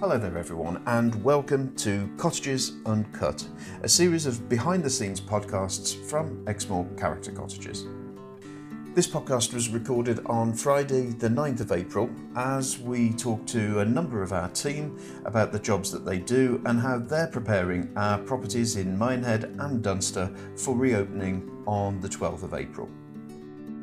Hello there, everyone, and welcome to Cottages Uncut, a series of behind the scenes podcasts from Exmoor Character Cottages. This podcast was recorded on Friday, the 9th of April, as we talk to a number of our team about the jobs that they do and how they're preparing our properties in Minehead and Dunster for reopening on the 12th of April.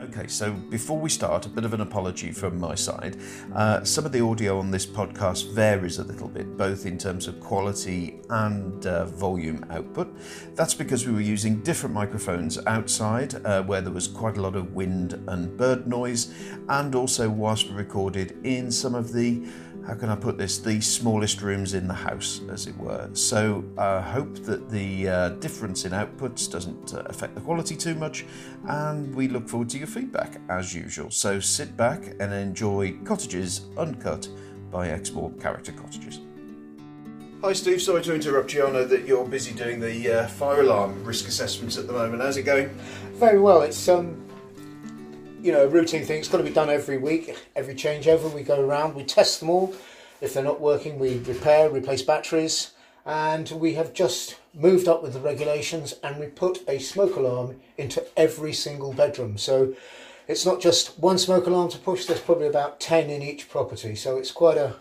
Okay, so before we start, a bit of an apology from my side. Uh, some of the audio on this podcast varies a little bit, both in terms of quality and uh, volume output. That's because we were using different microphones outside uh, where there was quite a lot of wind and bird noise, and also whilst we recorded in some of the how can I put this? The smallest rooms in the house, as it were. So I hope that the uh, difference in outputs doesn't uh, affect the quality too much, and we look forward to your feedback as usual. So sit back and enjoy Cottages Uncut by Exmoor Character Cottages. Hi, Steve. Sorry to interrupt you. I know that you're busy doing the uh, fire alarm risk assessments at the moment. How's it going? Very well. It's um, you know, a routine thing. It's got to be done every week, every changeover. We go around, we test them all. If they're not working, we repair, replace batteries, and we have just moved up with the regulations and we put a smoke alarm into every single bedroom. So it's not just one smoke alarm to push. There's probably about ten in each property. So it's quite a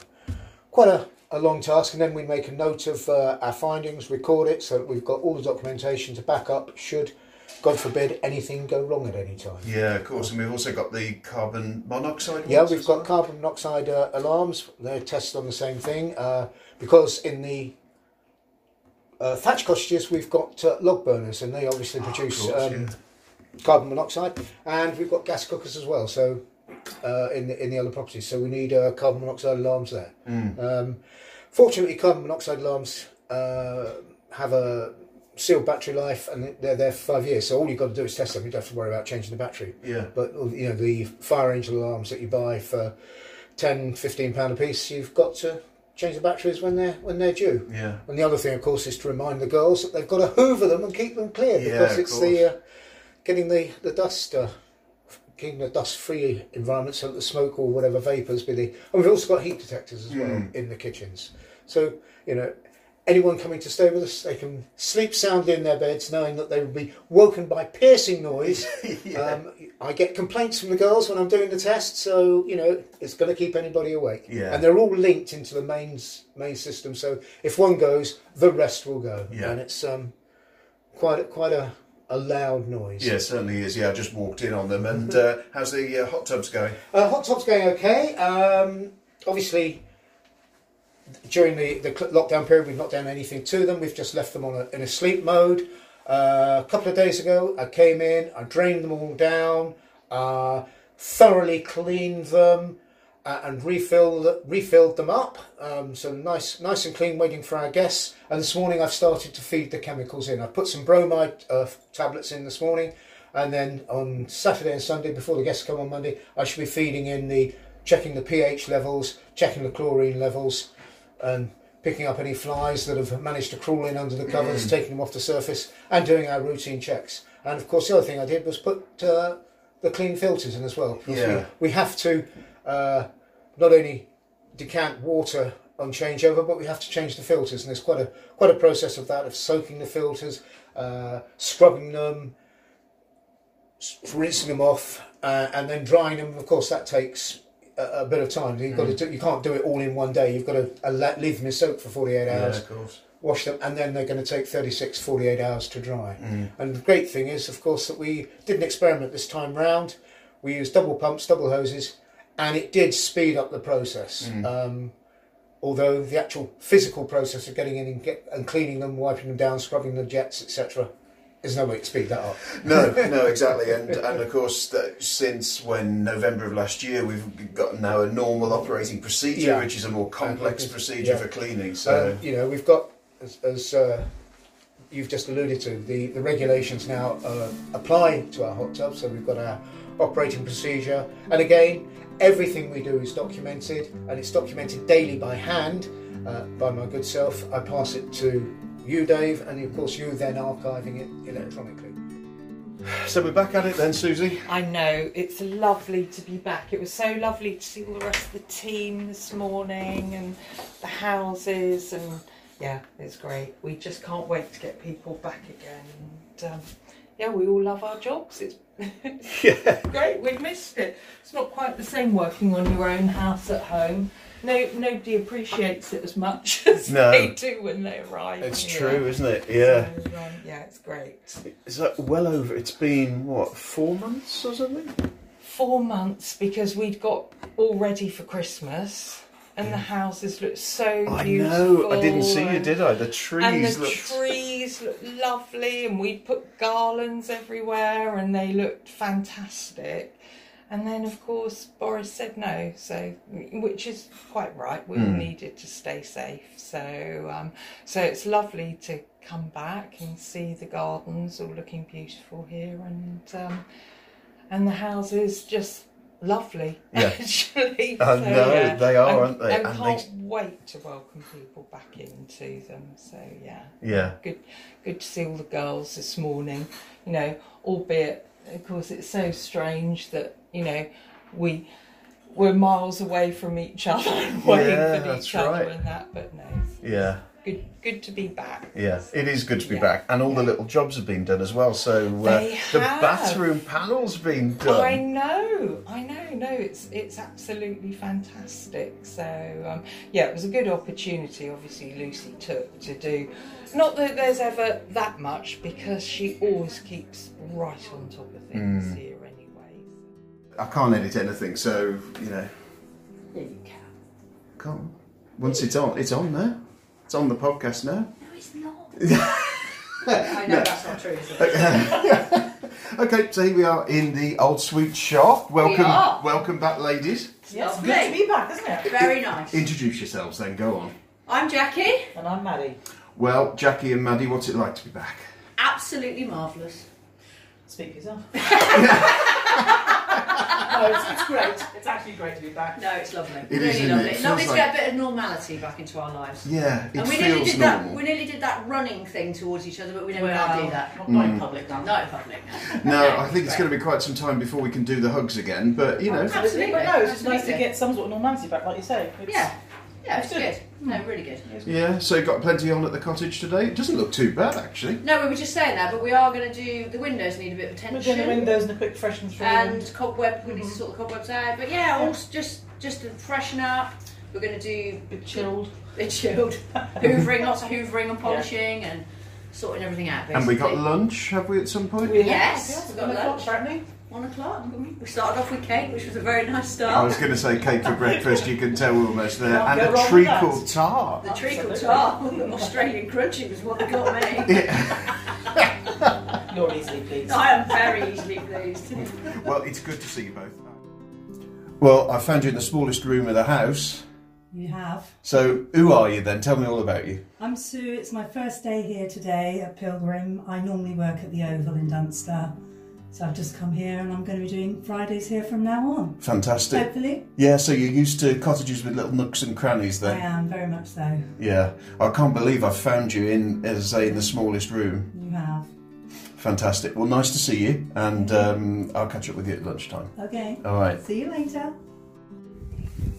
quite a, a long task. And then we make a note of uh, our findings, record it, so that we've got all the documentation to back up. Should God forbid anything go wrong at any time. Yeah, of course. And we've also got the carbon monoxide. Yeah, we've got carbon monoxide uh, alarms. They're tested on the same thing uh, because in the uh, thatch cottages we've got uh, log burners, and they obviously produce um, carbon monoxide, and we've got gas cookers as well. So uh, in the, in the other properties, so we need uh, carbon monoxide alarms there. Um, fortunately, carbon monoxide alarms uh, have a sealed battery life, and they're there for five years. So all you've got to do is test them. You don't have to worry about changing the battery. Yeah. But you know the fire engine alarms that you buy for 10 15 pound a piece, you've got to change the batteries when they're when they're due. Yeah. And the other thing, of course, is to remind the girls that they've got to hoover them and keep them clear Yeah, because of it's course. the uh, getting the the dust. Uh, f- Keeping the dust-free environment so that the smoke or whatever vapors be the. And we've also got heat detectors as well Hmm. in the kitchens, so you know anyone coming to stay with us, they can sleep soundly in their beds, knowing that they will be woken by piercing noise. um, I get complaints from the girls when I'm doing the test, so you know it's going to keep anybody awake. Yeah. And they're all linked into the main s- main system, so if one goes, the rest will go. Yeah. And it's um, quite a, quite a, a loud noise. Yeah, it certainly is. Yeah, I just walked in on them. And uh, how's the uh, hot tubs going? Uh, hot top's going okay. Um, obviously, during the, the cl- lockdown period, we've not done anything to them. We've just left them on a, in a sleep mode. Uh, a couple of days ago, I came in, I drained them all down, uh, thoroughly cleaned them, uh, and refilled refilled them up. Um, so nice, nice and clean, waiting for our guests. And this morning, I've started to feed the chemicals in. I put some bromide uh, tablets in this morning, and then on Saturday and Sunday, before the guests come on Monday, I should be feeding in the checking the pH levels, checking the chlorine levels, and picking up any flies that have managed to crawl in under the covers, taking them off the surface, and doing our routine checks. And of course, the other thing I did was put uh, the clean filters in as well. because Yeah. We, we have to uh, not only decant water on changeover, but we have to change the filters, and there's quite a quite a process of that of soaking the filters, uh, scrubbing them, s- rinsing them off, uh, and then drying them. Of course, that takes a, a bit of time. You've got to do, you can't do it all in one day. You've got to uh, let- leave them in soak for 48 hours, course. wash them, and then they're going to take 36, 48 hours to dry. And the great thing is, of course, that we did an experiment this time round. We used double pumps, double hoses, and it did speed up the process. Um, although the actual physical process of getting in and, get, and cleaning them, wiping them down, scrubbing the jets, etc., there's no way to speed that up. No, no, exactly. And and of course, that since when November of last year, we've got now a normal operating procedure, Yeah. which is a more complex Uh, procedure yeah. for cleaning. So So you know, we've got, as, as uh, you've just alluded to, the, the regulations now uh, apply to our hot tubs. So we've got our operating procedure, and again, everything we do is documented, and it's documented daily by hand uh, by my good self. I pass it to you, Dave, and of course, you then archiving it electronically. So we're back at it then, Susie. I know, it's lovely to be back. It was so lovely to see all the rest of the team this morning and the houses, and yeah, it's great. We just can't wait to get people back again. And um, yeah, we all love our jobs. It's Yeah. great, we've missed it. It's not quite the same working on your own house at home. No, nobody appreciates it as much as No. they do when they arrive. It's here. true, isn't it? Yeah. So, um, yeah, it's great. It's like well over. It's been what four months or something. four months because we'd got all ready for Christmas and the houses looked so I beautiful. know. I didn't see you, and- did I? The trees And the looked. trees looked lovely and we put garlands everywhere and they looked fantastic. And then, of course, Boris said no, so which is quite right. We Hmm. needed to stay safe, so um, so it's lovely to come back and see the gardens all looking beautiful here, and um, and the houses just lovely. Yeah. Actually, I know, they are, and- aren't they? And And they- can't wait to welcome people back into them. So yeah, yeah. good, good to see all the girls this morning. You know, albeit of course it's so strange that you know we were miles away from each other, and waiting Yeah, for that's each other right. and that. But no, it's Yeah. good, good to be back. Yeah, it is good to be Yeah. back, and all the little jobs have been done as well. So uh, They the have. bathroom panel's been Oh, I done. know, I know. No, it's it's absolutely fantastic. So um, yeah, it was a good opportunity. Obviously, Lucy took to do. Not that there's ever that much because she always keeps right on top of things here anyway. I can't edit anything, so you know, Yeah, you can. can't. Once it's on, it's on now. It's on the podcast now. No, it's not. I know that's not true. Is it? Okay, so here we are in the old sweet shop. Welcome, are. welcome back, ladies. Yes, Good to be back, isn't it? Very nice. Introduce yourselves, then go on. I'm Jackie. And I'm Maddie. Well, Jackie and Maddie, what's it like to be back? Absolutely marvellous. Speak for yourself. no, it's, it's great. It's actually great to be back. No, it's lovely. It really is, isn't it? lovely. It feels lovely to like- get a bit of normality back into our lives. Yeah, it and we nearly feels did normal. that. We nearly did that running thing towards each other, but we never Well, can do that. Not, Mm. not in public, no. Not in public. No, I think it's going to be quite some time before we can do the hugs again. But Oh, you know, Absolutely. But no, it's just nice to Absolutely. get some sort of normality back, like you say. It's- Yeah, yeah, it's It's Mm. good. No, really good. yeah. So you got plenty on at the cottage today. It doesn't look too bad actually. No, we were just saying that, but we are going to do the windows need a bit of We're doing the Mm-hmm. attention windows and a quick freshen through. and cobweb. We need to sort the cobwebs out, but yeah, also just just to freshen up. We're going to do and chilled. It chilled. hoovering, lots of hoovering and polishing and sorting everything out. Basically. And we got lunch, have we, at some point? We have- Yes, we've got one o'clock, lunch. apparently. one o'clock. We started off with cake, which was a very nice I start. was going to say cake for breakfast. You can tell we're almost there, Can't and a go wrong with treacle that. tart. the treacle Absolutely. tart with the Australian crunchy was what got me. You're easily pleased. I am very easily pleased. Well, it's good to see you both. Well, I found you in the smallest room of the house. You have. So who are you then? Tell me all about you. I'm Sue. It's my first day here today at Pilgrim. I normally work at the Oval in Dunster. So I've just come here and I'm going to be doing Fridays here from now on. Fantastic. Hopefully. Yeah. So you're used to cottages with little nooks and crannies I then. am, very much so. Yeah, I can't believe I found you in, as I say, in the smallest room. You have. Fantastic. Well, nice to see you, and um, I'll catch up with you at lunchtime. Okay. All right. See you later.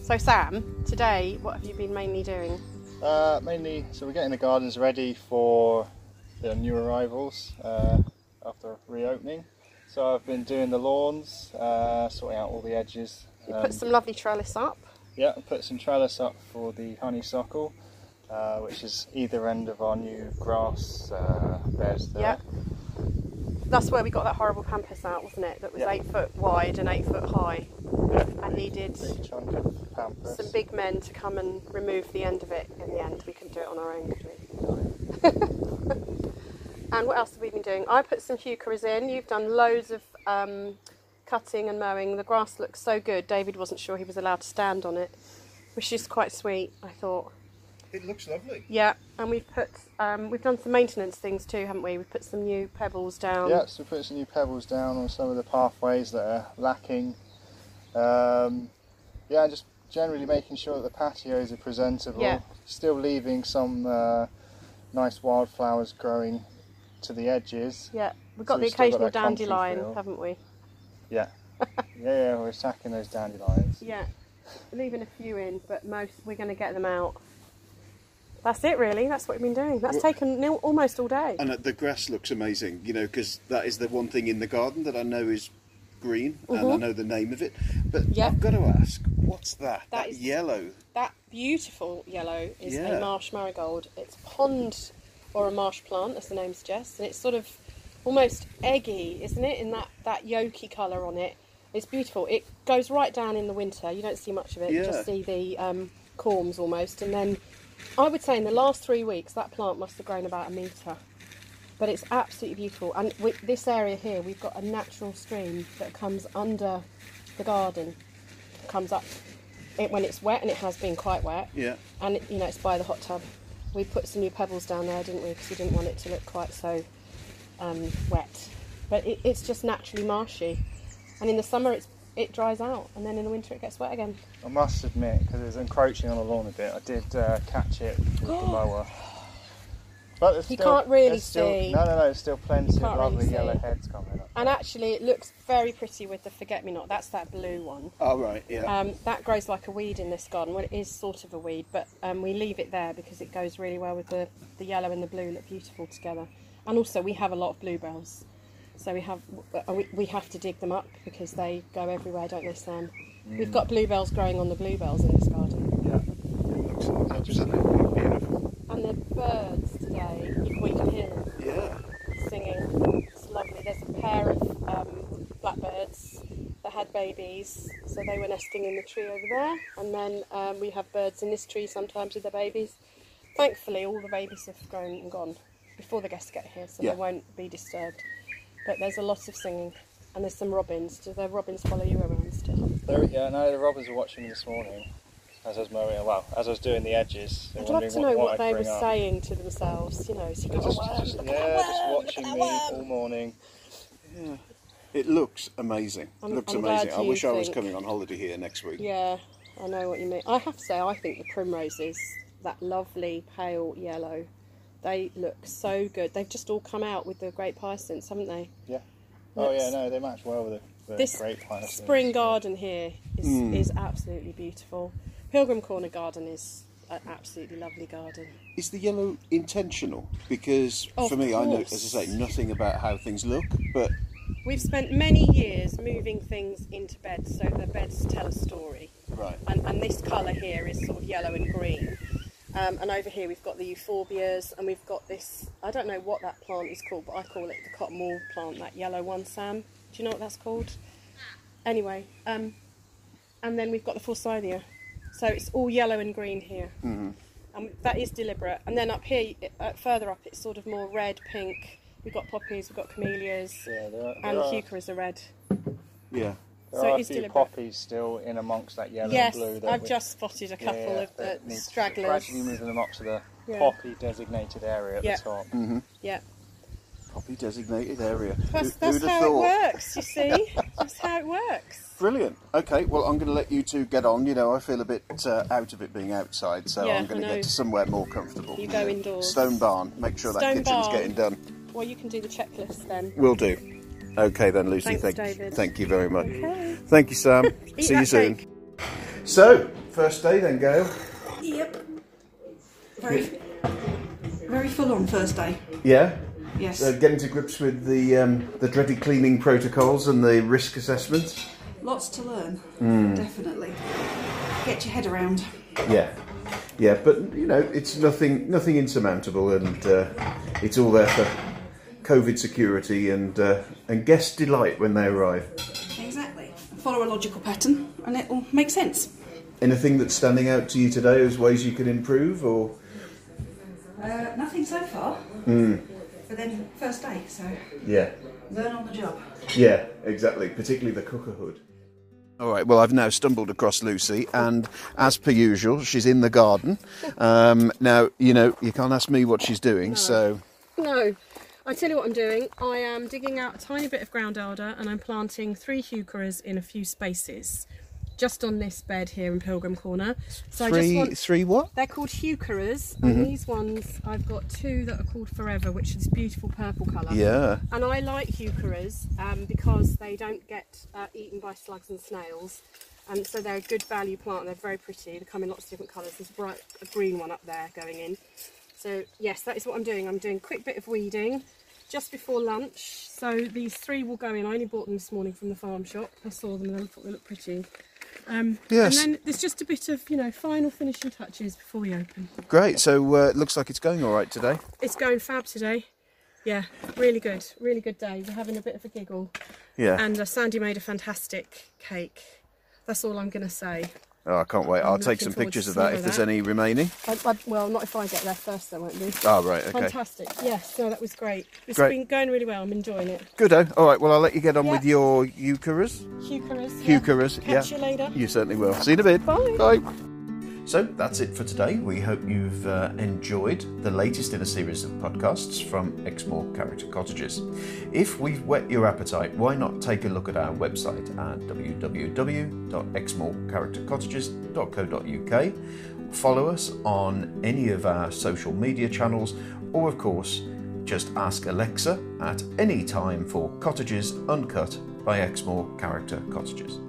So Sam, today what have you been mainly doing? Uh, mainly, so we're getting the gardens ready for the new arrivals uh, after reopening. So I've been doing the lawns, uh, sorting out all the edges. You Um, put some lovely trellis up. yeah, I put some trellis up for the honeysuckle, uh, which is either end of our new grass uh, beds there. Yeah. That's where we got that horrible pampas out, wasn't it? That was Yeah. eight foot wide and eight foot high. Yeah, I big- needed big chunk of pampas. Some big men to come and remove the end of it in the end. We couldn't do it on our own, could we? and what else have we been doing? I put some heucheras in. You've done loads of um, cutting and mowing. The grass looks so good. David wasn't sure he was allowed to stand on it, which is quite sweet, I thought. It looks lovely. Yeah, and we've put um, we've done some maintenance things too, haven't we? We've put some new pebbles down. Yeah, so we put some new pebbles down on some of the pathways that are lacking. Um, yeah, and just generally making sure that the patios are presentable. Yeah. Still leaving some uh, nice wildflowers growing to the edges. Yeah, We've got So the we've still got occasional that country dandelion, feel. haven't we? Yeah, yeah, we're attacking those dandelions. Yeah. Leaving a few in, but most we're going to get them out. That's it, really. That's what we've been doing. That's Well- taken nil- almost all day. And uh, the grass looks amazing, you know, because that is the one thing in the garden that I know is green, and Mm-hmm. I know the name of it. But Yeah. I've got to ask, what's that? That That, is- yellow. That beautiful yellow is a Yeah. marsh marigold. It's pond or a marsh plant, as the name suggests, and it's sort of almost eggy, isn't it? In that that yolky colour on it, it's beautiful. It goes right down in the winter. You don't see much of it. You Yeah. just see the um, corms almost, and then I would say in the last three weeks that plant must have grown about a metre. But it's absolutely beautiful, and with this area here, we've got a natural stream that comes under the garden, comes up it when it's wet, and it has been quite wet Yeah. and you know it's by the hot tub. We put some new pebbles down there, didn't we? Because we didn't want it to look quite so um, wet. But it, it's just naturally marshy, and in the summer it's it dries out, and then in the winter it gets wet again. I must admit, because it was encroaching on the lawn a bit, I did uh, catch it with the mower. But there's You still- can't really there's still, see. No, no, no. There's still plenty of can't really lovely see. yellow heads coming up. And actually, it looks very pretty with the forget me not. That's that blue one. All right. Yeah. Um, that grows like a weed in this garden. Well, it is sort of a weed, but um, we leave it there because it goes really well with the, the yellow and the blue look beautiful together. And also, we have a lot of bluebells, so we have uh, we, we have to dig them up because they go everywhere, don't they, Sam? We've got bluebells growing on the bluebells in this garden, Mm. it looks absolutely beautiful. and the birds today. You, well, you can hear them Yeah. singing. It's lovely. There's a pair of um, blackbirds that had babies, so they were nesting in the tree over there. And then um, we have birds in this tree sometimes with their babies. Thankfully, all the babies have grown and gone before the guests get here, so Yeah. they won't be disturbed. But there's a lot of singing, and there's some robins. Do the robins follow you around still? There, yeah, no, the robbers were watching me this morning as I was mowing. Well, as I was doing the edges. they were I'd love wondering to know what, what I'd they were bring up. saying to themselves. You know, so you They're got Just, a worm, just- look at that yeah, just worm, look at watching that me worm. all morning. It looks amazing. I'm- looks I'm glad amazing. I you wish I was think- coming on holiday here next week. Yeah, I know what you mean. I have to say, I think the primroses, that lovely pale yellow, they look so good. They've just all come out with the great hyacinths, haven't they? Yeah. Oh yeah, Looks- no, they match well with the, the This grape hyacinths. Spring garden here is, is absolutely beautiful. Pilgrim Corner Garden is an absolutely lovely garden. Is the yellow intentional? Because Of for me, I know, course. as I say, nothing about how things look, but We've spent many years moving things into beds so the beds tell a story. right. and, and this colour here is sort of yellow and green. Um, and over here we've got the euphorbias, and we've got this. I don't know what that plant is called, but I call it the cottonwool plant. That yellow one, Sam. Do you know what that's called? Anyway, um, and then we've got the forsythia. So it's all yellow and green here, Mm-hmm. and that is deliberate. And then up here, uh, further up, it's sort of more red, pink. We've got poppies, we've got camellias, Yeah, there are, there and are, heuchera's are red. Yeah. there so are it a is few deliberate. poppies still in amongst that yellow yes, and blue. that I've we- just spotted a yeah, couple yeah, of that the needs- stragglers. Gradually moving them up to the Yeah. poppy designated area at Yeah. the top. Yeah. Poppy designated area. That's, Who- that's who'd have how thought? it works, you see. that's how it works. Brilliant. Okay, well, I'm going to let you two get on. You know, I feel a bit uh, out of it being outside, so Yeah, I'm going I to know. get to somewhere more comfortable. You go indoors. Stone barn. Make sure that Stone kitchen's barn. getting done. Well, you can do the checklist then. Will do. Okay then, Lucy. Thanks, thank, David. thank you very much. Okay. Thank you, Sam. Eat See you that soon. cake. So, first day then, Gail. Yep. Very, very full on Thursday. Yeah. Yes. Uh, So getting to grips with the um, the dreaded cleaning protocols and the risk assessment. Lots to learn. Hmm. Definitely. Get your head around. Yeah, yeah, but you know, it's nothing nothing insurmountable, and uh, it's all there for COVID security and uh, and guest delight when they arrive. Exactly. Follow a logical pattern, and it will make sense. Anything that's standing out to you today as ways you can improve, or Hmm. Uh, nothing so far. But then first day, so yeah, learn on the job. yeah, exactly, particularly the cooker hood. All right, well, I've now stumbled across Lucy, and as per usual, she's in the garden. Um, now, you know, you can't ask me what she's doing, so. No, I tell you what I'm doing. I am digging out a tiny bit of ground elder and I'm planting three heucheras in a few spaces. just on this bed here in Pilgrim Corner. So I just Three- want, three what? They're called heucheras, Mhm. and these ones I've got two that are called Forever, which is beautiful purple colour. Yeah. And I like heucheras um, because they don't get uh, eaten by slugs and snails. And so they're a good value plant. and They're very pretty. They come in lots of different colours. There's a bright a green one up there going in. So yes, that is what I'm doing. I'm doing a quick bit of weeding just before lunch. So these three will go in. I only bought them this morning from the farm shop. I saw them and I thought they looked pretty. Um, Yes. And then there's just a bit of you know final finishing touches before we open. Great. So uh, it looks like it's going all right today. It's going fab today. Yeah, really good. Really good day. We're having a bit of a giggle. Yeah. And uh, Sandy made a fantastic cake. That's all I'm going to say. Oh, I can't wait. I'm I'll take looking some forward pictures to of that seeing if there's that. any remaining. I, I, well, not if I get there first, there won't be. Oh, right, okay. Fantastic. Yes, no, that was great. It's Great. been going really well. I'm enjoying it. Goodo. oh. All right. Well, I'll let you get on Yeah. with your eucharis. Eucharist. yeah. Eucharis. Yeah. Catch you later. You certainly will. See you in a bit. Bye. Bye. So that's it for today. We hope you've uh, enjoyed the latest in a series of podcasts from Exmoor Character Cottages. If we've whet your appetite, why not take a look at our website at www.exmoorcharactercottages.co.uk? Follow us on any of our social media channels, or of course, just ask Alexa at any time for Cottages Uncut by Exmoor Character Cottages.